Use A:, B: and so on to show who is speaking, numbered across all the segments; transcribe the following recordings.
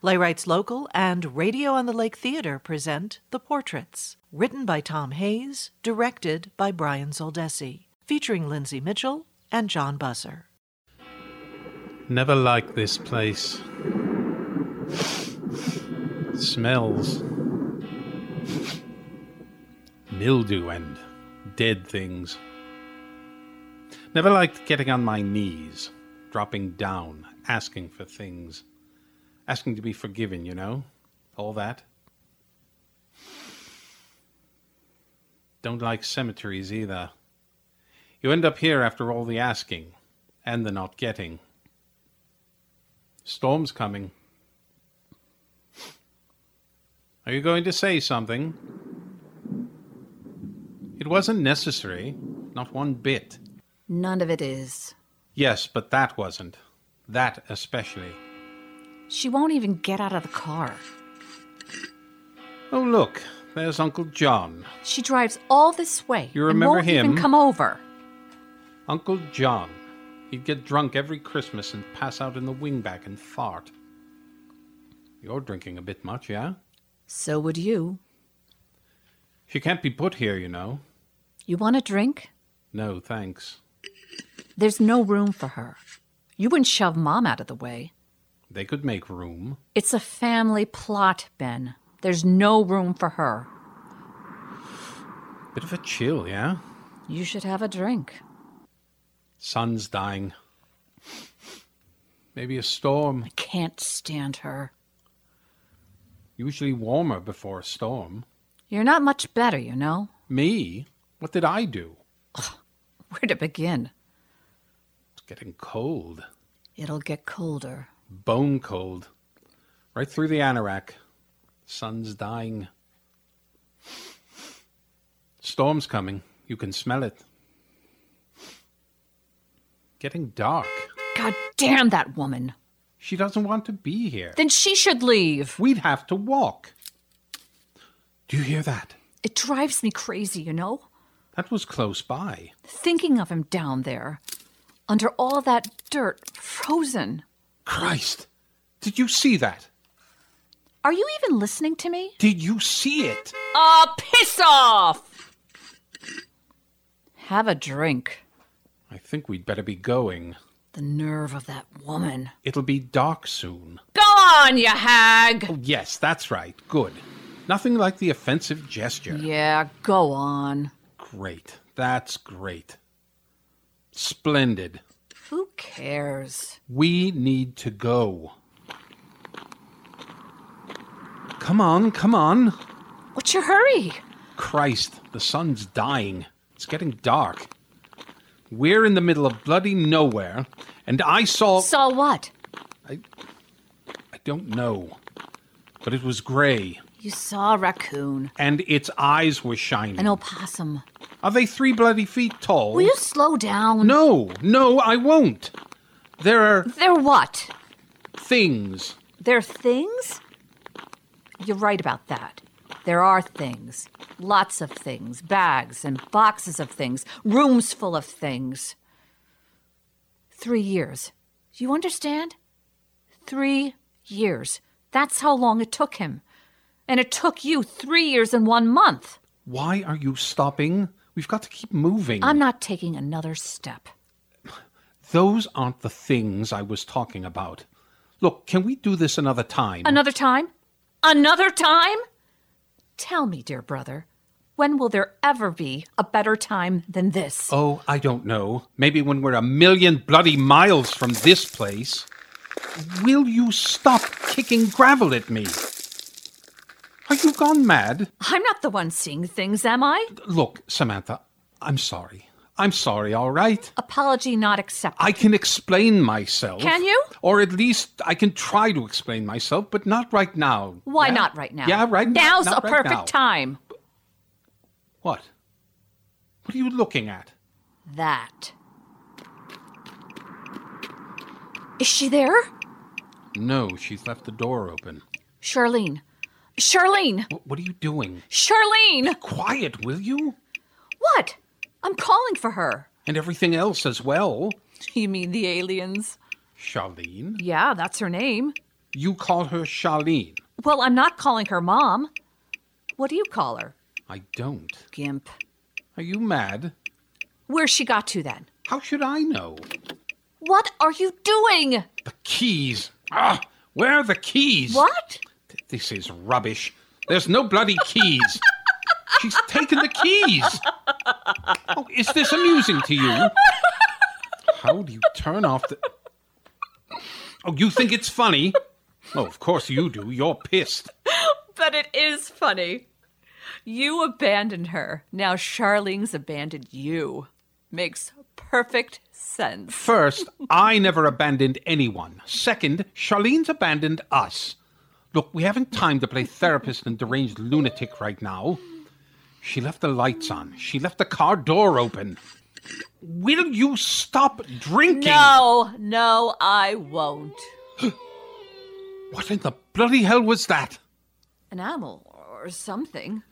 A: Playwrights Local and Radio on the Lake Theater present The Portraits, written by Tom Hayes, directed by Brian Zoldesi, featuring Lindsay Mitchell and John Busser.
B: Never liked this place. Smells. Mildew and dead things. Never liked getting on my knees, dropping down, asking for things. Asking to be forgiven, you know? All that. Don't like cemeteries either. You end up here after all the asking and the not getting. Storm's coming. Are you going to say something? It wasn't necessary, not one bit.
C: None of it is.
B: Yes, but that wasn't. That especially.
C: She won't even get out of the car.
B: Oh, look, there's Uncle John.
C: She drives all this way.
B: You
C: and
B: remember
C: won't even
B: him?
C: come over.
B: Uncle John. He'd get drunk every Christmas and pass out in the wingback and fart. You're drinking a bit much, yeah?
C: So would you.
B: She can't be put here, you know.
C: You want a drink?
B: No, thanks.
C: There's no room for her. You wouldn't shove Mom out of the way.
B: They could make room.
C: It's a family plot, Ben. There's no room for her.
B: Bit of a chill, yeah?
C: You should have a drink.
B: Sun's dying. Maybe a storm.
C: I can't stand her.
B: Usually warmer before a storm.
C: You're not much better, you know.
B: Me? What did I do?
C: Where to begin?
B: It's getting cold.
C: It'll get colder.
B: Bone cold. Right through the anorak. Sun's dying. Storm's coming. You can smell it. Getting dark.
C: God damn that woman.
B: She doesn't want to be here.
C: Then she should leave.
B: We'd have to walk. Do you hear that?
C: It drives me crazy, you know?
B: That was close by.
C: Thinking of him down there, under all that dirt, frozen.
B: Christ! Did you see that?
C: Are you even listening to me?
B: Did you see it?
C: Ah, piss off! Have a drink.
B: I think we'd better be going.
C: The nerve of that woman.
B: It'll be dark soon.
C: Go on, you hag!
B: Oh, yes, that's right. Good. Nothing like the offensive gesture.
C: Yeah, go on.
B: Great. That's great. Splendid.
C: Who cares?
B: We need to go. Come on, come on.
C: What's your hurry?
B: Christ, the sun's dying. It's getting dark. We're in the middle of bloody nowhere, and I saw.
C: Saw what?
B: I don't know. But it was gray,
C: You saw a raccoon,
B: and its eyes were shining.
C: an opossum.
B: Are they three bloody feet tall?
C: Will you slow down?
B: No, no, I won't. There are
C: They're what?
B: things.
C: They're things? You're right about that. There are things. Lots of things. Bags and boxes of things. Rooms full of things. Three years. Do you understand? Three years. That's how long it took him. And it took you three years and one month.
B: Why are you stopping? We've got to keep moving.
C: I'm not taking another step.
B: Those aren't the things I was talking about. Look, can we do this another time?
C: Another time? Another time? Tell me, dear brother, when will there ever be a better time than this?
B: oh, I don't know. Maybe when we're a million bloody miles from this place. Will you stop kicking gravel at me? Are you gone mad?
C: I'm not the one seeing things, am I?
B: Look, Samantha, I'm sorry. I'm sorry, all right?
C: Apology not accepted.
B: I can explain myself.
C: Can you?
B: Or at least I can try to explain myself, but not right now.
C: Why
B: Yeah?
C: not right now?
B: Yeah, right now-
C: Now's
B: not
C: a
B: right
C: perfect
B: now.
C: time.
B: What? What are you looking at?
C: That. Is she there?
B: No, she's left the door open.
C: Charlene. Charlene!
B: What, what are you doing?
C: Charlene!
B: Quiet, will you?
C: What? I'm calling for her.
B: And everything else as well.
C: You mean the aliens?
B: Charlene?
C: Yeah, that's her name.
B: You call her Charlene.
C: Well, I'm not calling her mom. What do you call her?
B: I don't.
C: Gimp.
B: Are you mad?
C: Where she got to then?
B: How should I know?
C: What are you doing?
B: The keys. Ah, where are the keys?
C: What?
B: This is rubbish. There's no bloody keys. She's taken the keys. Oh, is this amusing to you? How do you turn off the. Oh, you think it's funny? Oh, of course you do. You're pissed.
C: But it is funny. You abandoned her. Now Charlene's abandoned you. Makes perfect sense.
B: First, I never abandoned anyone. Second, Charlene's abandoned us. Look, we haven't time to play therapist and deranged lunatic right now. She left the lights on. She left the car door open. Will you stop drinking?
C: No, no, I won't.
B: What in the bloody hell was that?
C: An animal or something.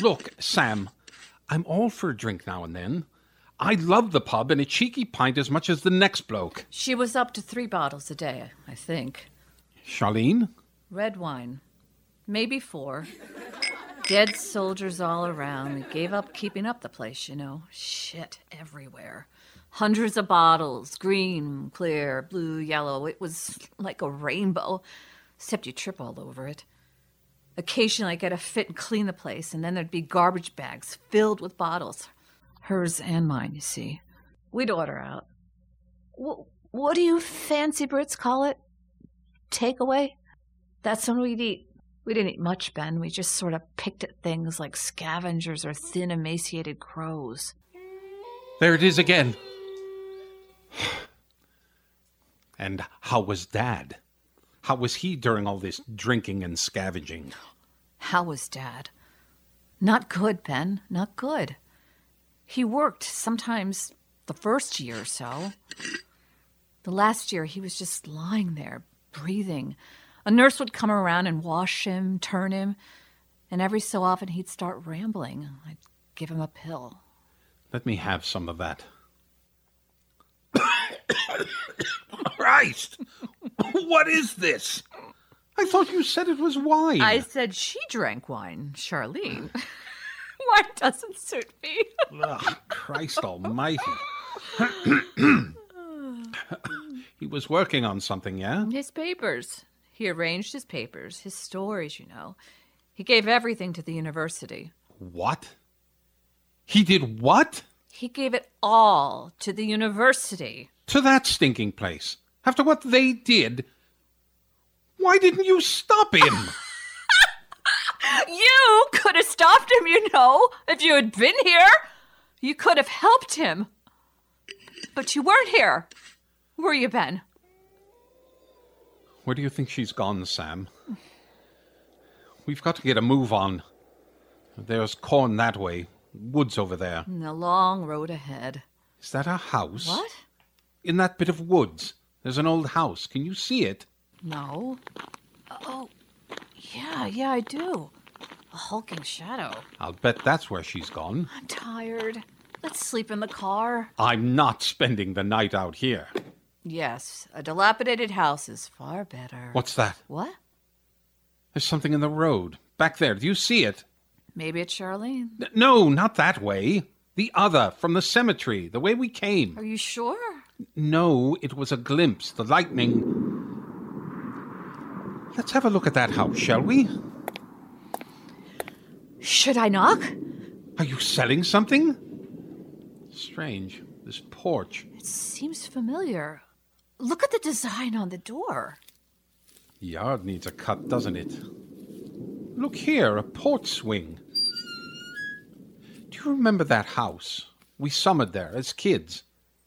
B: Look, Sam, I'm all for a drink now and then. I love the pub and a cheeky pint as much as the next bloke.
C: She was up to three bottles a day, I think.
B: Charlene?
C: Red wine. Maybe four. Dead soldiers all around. They gave up keeping up the place, you know. Shit everywhere. Hundreds of bottles green, clear, blue, yellow. It was like a rainbow, except you trip all over it. Occasionally, I get a fit and clean the place, and then there'd be garbage bags filled with bottles. Hers and mine, you see. We'd order out. Wh- what do you fancy Brits call it? Takeaway? That's when we'd eat. We didn't eat much, Ben. We just sort of picked at things like scavengers or thin, emaciated crows.
B: There it is again. And how was Dad? How was he during all this drinking and scavenging?
C: How was Dad? Not good, Ben. Not good. He worked sometimes the first year or so. The last year, he was just lying there, breathing. A nurse would come around and wash him, turn him, and every so often he'd start rambling. I'd give him a pill.
B: Let me have some of that. Christ! what is this? I thought you said it was wine.
C: I said she drank wine, Charlene. wine doesn't suit me.
B: Ugh, Christ almighty. he was working on something, yeah?
C: His papers. He arranged his papers, his stories, you know. He gave everything to the university.
B: What? He did what?
C: He gave it all to the university.
B: To that stinking place. After what they did, why didn't you stop him?
C: You could have stopped him, you know, if you had been here. You could have helped him. But you weren't here. Were you, Ben?
B: Where do you think she's gone, Sam? We've got to get a move on. There's corn that way, woods over there.
C: The long road ahead.
B: Is that a house?
C: What?
B: In that bit of woods. There's an old house. Can you see it?
C: No. Oh, yeah, yeah, I do. A hulking shadow.
B: I'll bet that's where she's gone.
C: I'm tired. Let's sleep in the car.
B: I'm not spending the night out here.
C: Yes, a dilapidated house is far better.
B: What's that?
C: What?
B: There's something in the road. Back there. Do you see it?
C: Maybe it's Charlene.
B: N- No, not that way. The other, from the cemetery, the way we came.
C: Are you sure?
B: No, it was a glimpse. The lightning. Let's have a look at that house, shall we?
C: Should I knock?
B: Are you selling something? Strange. This porch.
C: It seems familiar. Look at the design on the door.
B: Yard needs a cut, doesn't it? Look here, a porch swing. Do you remember that house? We summered there as kids.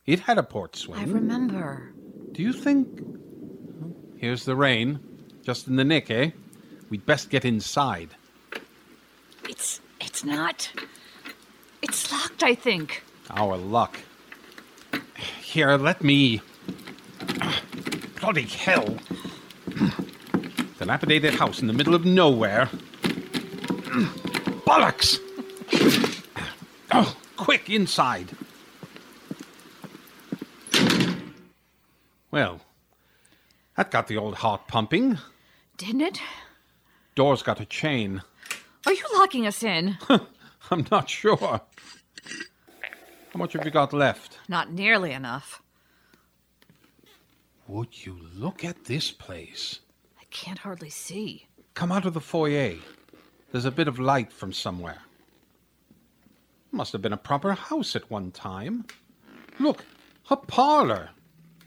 B: It had a porch swing.
C: I remember.
B: Do you think. Here's the rain. Just in the nick, eh? We'd best get inside.
C: It's it's not. It's locked, I think.
B: Our luck. Here, let me. Bloody hell. Dilapidated house in the middle of nowhere. Bollocks! Oh, quick, inside. Well, That got the old heart pumping.
C: Didn't it?
B: Door's got a chain.
C: Are you locking us in?
B: I'm not sure. How much have you got left?
C: Not nearly enough.
B: Would you look at this place?
C: I can't hardly see.
B: Come out of the foyer. There's a bit of light from somewhere. Must have been a proper house at one time. Look, a parlor,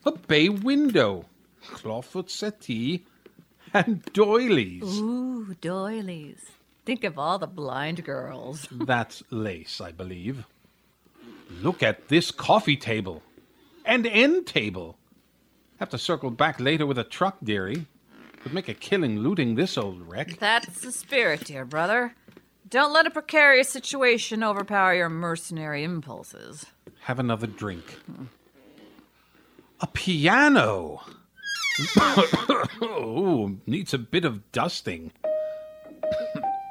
B: a bay window, clawfoot settee, and doilies.
C: Ooh, doilies. Think of all the blind girls.
B: That's lace, I believe. Look at this coffee table and end table. Have to circle back later with a truck, dearie. Would make a killing looting this old wreck.
C: That's the spirit, dear brother. Don't let a precarious situation overpower your mercenary impulses.
B: have another drink. A piano. oh, needs a bit of dusting.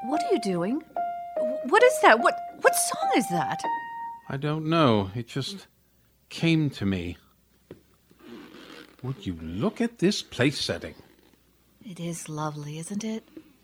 C: What are you doing? Wh- What is that? What what song is that?
B: I don't know. It just came to me. Would you look at this place setting?
C: It is lovely, isn't it?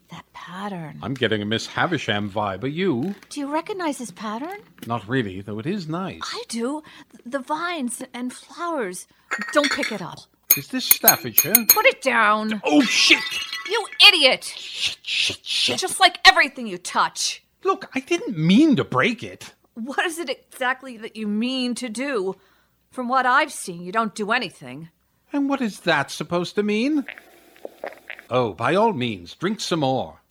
C: That pattern.
B: I'm getting a Miss Havisham vibe. Are you?
C: Do you recognize this pattern?
B: Not really, though it is nice.
C: I do. Th- The vines and flowers. Don't pick it up.
B: Is this Staffordshire?
C: Put it down.
B: Oh, shit!
C: You idiot!
B: Shit, shit, shit!
C: Just like everything you touch.
B: Look, I didn't mean to break it.
C: What is it exactly that you mean to do? From what I've seen, you don't do anything.
B: And what is that supposed to mean? Oh, by all means, drink some more.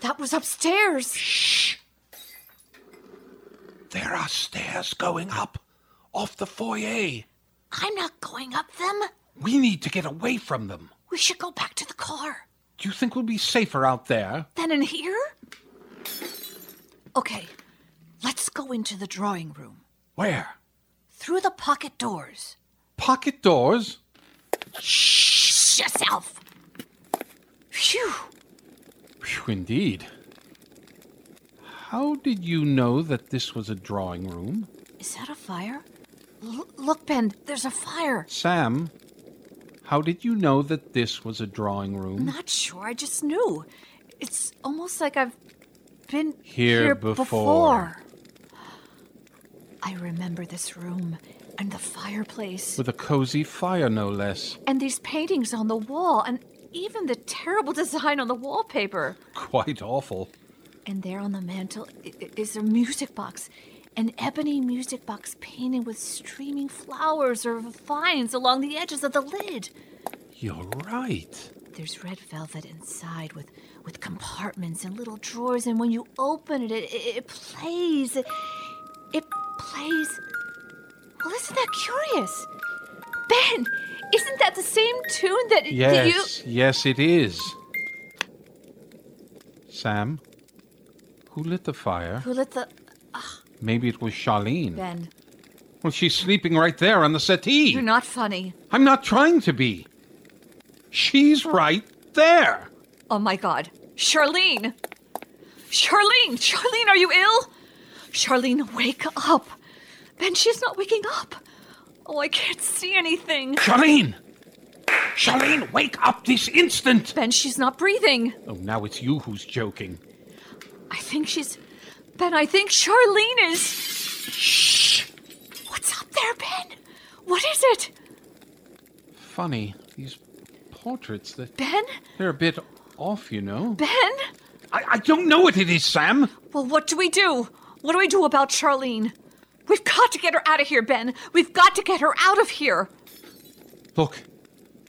C: That was upstairs.
B: There are stairs going up off the foyer.
C: I'm not going up them.
B: We need to get away from them.
C: We should go back to the car.
B: Do you think we'll be safer out there?
C: Then in here? Okay, let's go into the drawing room.
B: Where?
C: Through the pocket doors.
B: Pocket doors?
C: Shh yourself! Phew!
B: Phew, indeed. How did you know that this was a drawing room?
C: Is that a fire? L- look, Ben, there's a fire.
B: Sam, how did you know that this was a drawing room?
C: Not sure, I just knew. It's almost like I've been
B: Here
C: before.
B: before.
C: I remember this room and the fireplace
B: With a cozy fire, no less.
C: and these paintings on the wall and even the terrible design on the wallpaper.
B: Quite awful.
C: And there on the mantel i- i- is a music box, an ebony music box painted with streaming flowers or vines along the edges of the lid.
B: You're right.
C: There's red velvet inside with, with compartments and little drawers, and when you open it, it, it, it plays. It, it plays. Well, isn't that curious? Ben, isn't that the same tune that, that you.
B: Yes, yes, it is. Sam, who lit the fire?
C: Who lit the.
B: Maybe it was Charlene.
C: Ben,
B: Well, she's sleeping right there on the
C: you're
B: settee.
C: not funny.
B: I'm not trying to be. She's right there.
C: Oh my god. Charlene! Charlene! Charlene, are you ill? Charlene, wake up! Ben, she's not waking up! Oh, I can't see anything!
B: Charlene! Charlene, wake up this instant!
C: Ben, she's not breathing!
B: Oh, now it's you who's joking.
C: I think she's. Ben, I think Charlene is. Shh! What's up there, Ben? What is it?
B: Funny, these portraits, that
C: Ben?
B: they're a bit off, you know?
C: Ben?
B: I, I don't know what it is, Sam.
C: Well, what do we do? What do we do about Charlene? We've got to get her out of here, Ben! We've got to get her out of here!
B: Look,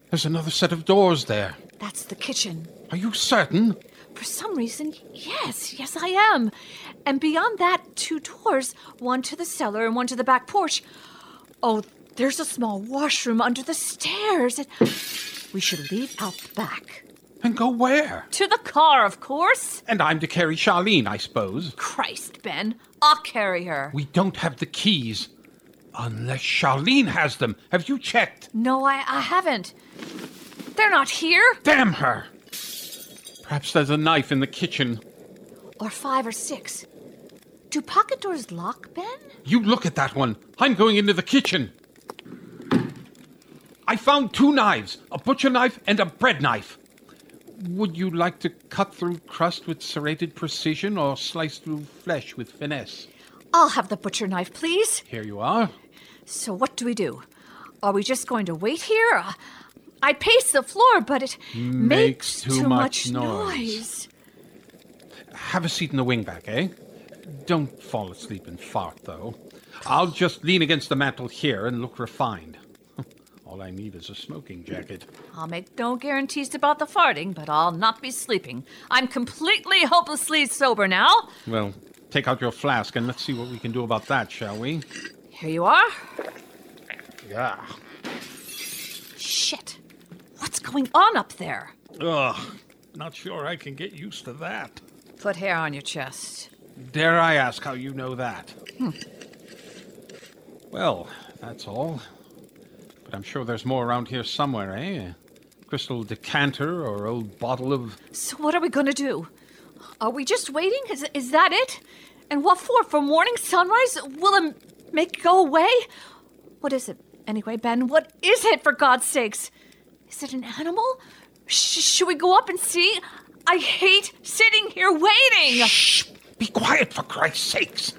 B: there's another set of doors there.
C: That's the kitchen.
B: Are you certain?
C: For some reason, yes, yes, I am. And beyond that, two doors one to the cellar and one to the back porch. Oh, there's a small washroom under the stairs. And we should leave out the back.
B: And go where?
C: To the car, of course.
B: And I'm to carry Charlene, I suppose.
C: Christ, Ben, I'll carry her.
B: We don't have the keys. Unless Charlene has them. Have you checked?
C: No, I, I haven't. They're not here.
B: Damn her! Perhaps there's a knife in the kitchen.
C: Or five or six. Do pocket doors lock, Ben?
B: You look at that one. I'm going into the kitchen. I found two knives a butcher knife and a bread knife. Would you like to cut through crust with serrated precision or slice through flesh with finesse?
C: I'll have the butcher knife, please.
B: Here you are.
C: So, what do we do? Are we just going to wait here? Uh, I pace the floor, but it
B: Makes
C: makes,
B: too much noise.
C: noise.
B: Have a seat in the wingback, eh? Don't fall asleep and fart, though. I'll just lean against the mantel here and look refined. All I need is a smoking jacket.
C: I'll make no guarantees about the farting, but I'll not be sleeping. I'm completely hopelessly sober now.
B: Well, take out your flask and let's see what we can do about that, shall we?
C: Here you are.
B: Yeah.
C: Shit. What's going on up there?
B: Ugh. Not sure I can get used to that.
C: Put hair on your chest.
B: Dare I ask how you know that? Well, that's all. But I'm sure there's more around here somewhere, eh? A crystal decanter or old bottle of.
C: So, what are we going to do? Are we just waiting? Is, is that it? And what for? For morning sunrise? Will it make it go away? What is it, anyway, Ben? What is it, for God's sakes? Is it an animal? Sh- should we go up and see? I hate sitting here waiting.
B: Shh! Be quiet, for Christ's sakes!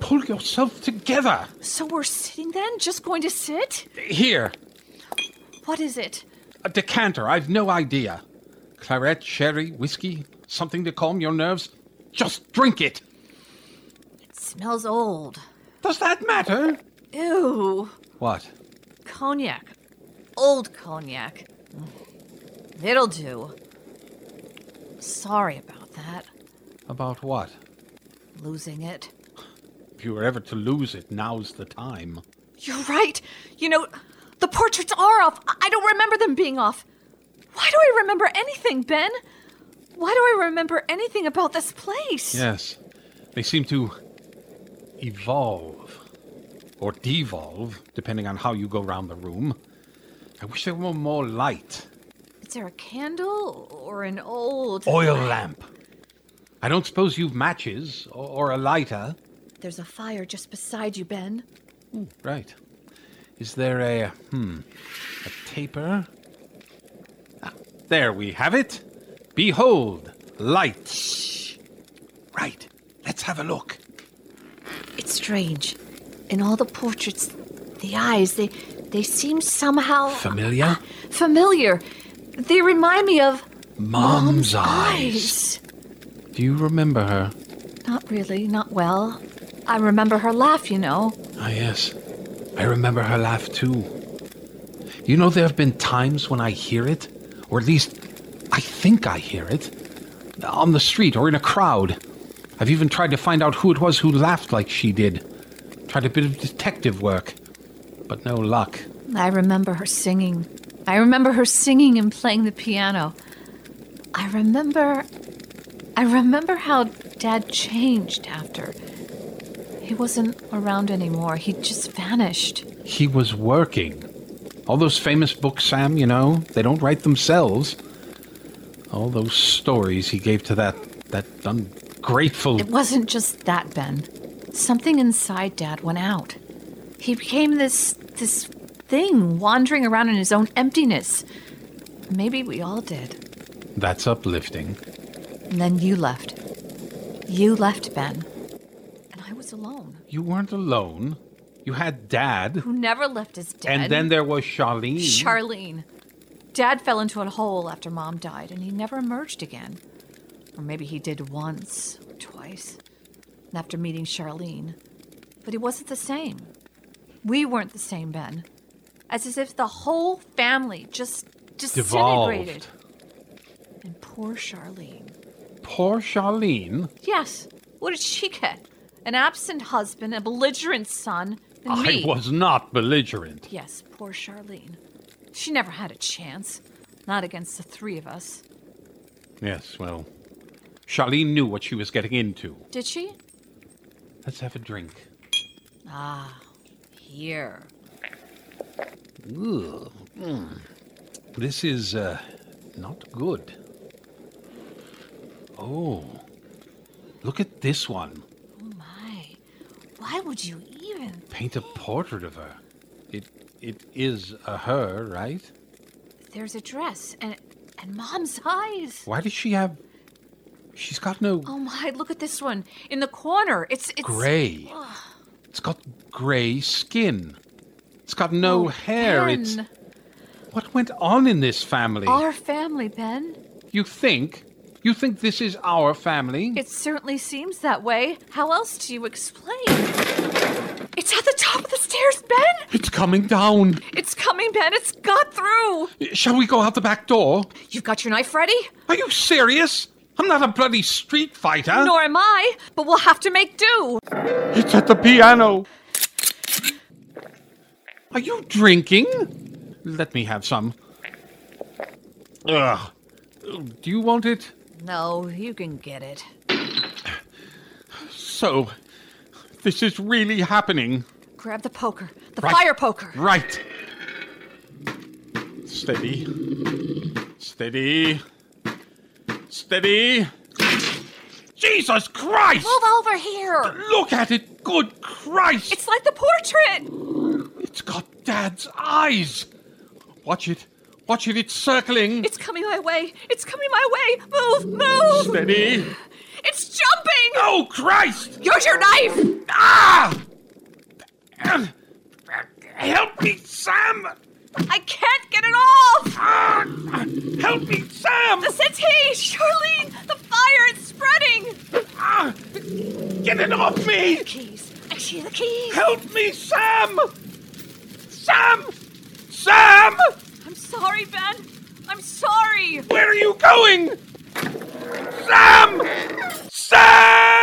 B: Pull yourself together!
C: So we're sitting then? Just going to sit?
B: Here,
C: What is it?
B: a decanter, I've no idea. Claret, sherry, whiskey, something to calm your nerves. Just drink it!
C: It smells old.
B: Does that matter?
C: Ew.
B: What?
C: Cognac. Old cognac. It'll do. Sorry about that.
B: About what?
C: Losing it.
B: If you were ever to lose it, now's the time.
C: You're right. You know, the portraits are off. I I don't remember them being off. Why do I remember anything, Ben? Why do I remember anything about this place?
B: Yes. They seem to evolve or devolve, depending on how you go round the room. I wish there were more light.
C: Is there a candle or an old
B: Oil lamp. I don't suppose you've matches or, or a lighter.
C: There's a fire just beside you, Ben.
B: Right. Is there a hmm a taper? Ah, there we have it. Behold, light. Right. Let's have a look.
C: It's strange. In all the portraits, the eyes, they they seem somehow
B: Familiar?
C: familiar. They remind me of
B: Mom's eyes. Do you remember her?
C: Not really, not well. I remember her laugh, you know.
B: Ah, yes. I remember her laugh too. You know, there have been times when I hear it, or at least I think I hear it, on the street or in a crowd. I've even tried to find out who it was who laughed like she did. Tried a bit of detective work, but no luck.
C: I remember her singing. I remember her singing and playing the piano. I remember I remember how dad changed after. He wasn't around anymore. He just vanished.
B: He was working. All those famous books, Sam, you know, they don't write themselves. All those stories he gave to that that ungrateful
C: It wasn't just that, Ben. Something inside Dad went out. He became this this thing wandering around in his own emptiness. Maybe we all did.
B: That's uplifting.
C: And then you left. You left, Ben. And I was alone.
B: You weren't alone. You had Dad,
C: Who never left his dad.
B: and then there was Charlene.
C: Charlene. Dad fell into a hole after Mom died, and he never emerged again. Or maybe he did once or twice and after meeting Charlene. But he wasn't the same. We weren't the same, Ben. As is if the whole family just just disintegrated.
B: devolved.
C: And poor Charlene.
B: Poor Charlene.
C: Yes. What did she get? An absent husband, a belligerent son, and me.
B: I was not belligerent.
C: Yes, poor Charlene. She never had a chance. Not against the three of us.
B: Yes, well, Charlene knew what she was getting into.
C: Did she?
B: Let's have a drink.
C: Ah, Here.
B: Ugh. Mm. This is uh, not good. Oh, look at this one.
C: Oh my. Why would you even?
B: Paint a portrait of her. It It is a her, right?
C: There's a dress and and mom's eyes.
B: Why does she have. She's got no
C: Oh my, look at this one in the corner. It's it's
B: gray. It's got gray skin. It's got no
C: Oh,
B: hair. It's.
C: Ben.
B: What went on in this family?
C: Our family, Ben.
B: You think? You think this is our family?
C: It certainly seems that way. How else do you explain? It's at the top of the stairs, Ben.
B: It's coming down.
C: It's coming, Ben. It's got through.
B: Shall we go out the back door?
C: You've got your knife ready?
B: Are you serious? I'm not a bloody street fighter.
C: Nor am I, but we'll have to make do.
B: It's at the piano. Are you drinking? Let me have some. Ugh. Do you want it?
C: No, you can get it.
B: So, this is really happening.
C: Grab the poker, the
B: Right.
C: fire poker.
B: Right. Steady. Steady. Steady. Jesus Christ!
C: Move over here.
B: Look at it! Good Christ!
C: It's like the portrait.
B: it's got Dad's eyes! Watch it. Watch it, it's circling.
C: It's coming my way. It's coming my way. Move, move.
B: Steady.
C: It's jumping.
B: Oh, Christ!
C: Here's your knife.
B: Ah! Help me, Sam!
C: I can't get it off.
B: Ah! Help me, Sam!
C: The settee, Charlene. The fire is spreading.
B: Ah! Get it off me!
C: Keys. I see the keys.
B: Help me, Sam! Sam! Sam!
C: I'm sorry, Ben. I'm sorry.
B: Where are you going? Sam! Sam!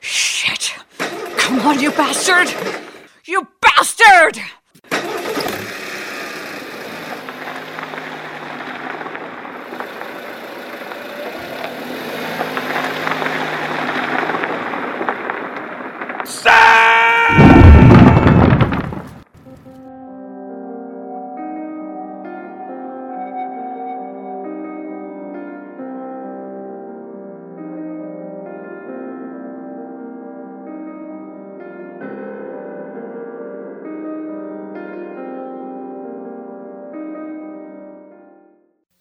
C: Shit. Come on, you bastard. You bastard.
B: Sam!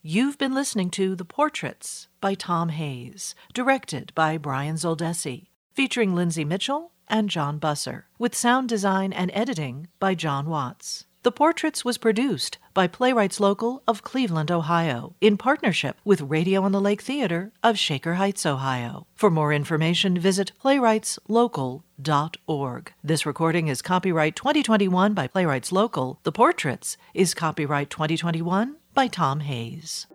A: You've been listening to The Portraits by Tom Hayes, directed by Brian Zoldesi, featuring Lindsay Mitchell and John Busser, with sound design and editing by John Watts. The Portraits was produced by Playwrights Local of Cleveland, Ohio, in partnership with Radio on the Lake Theater of Shaker Heights, Ohio. For more information, visit playwrightslocal.org. This recording is copyright 2021 by Playwrights Local. The Portraits is copyright 2021 by Tom Hayes.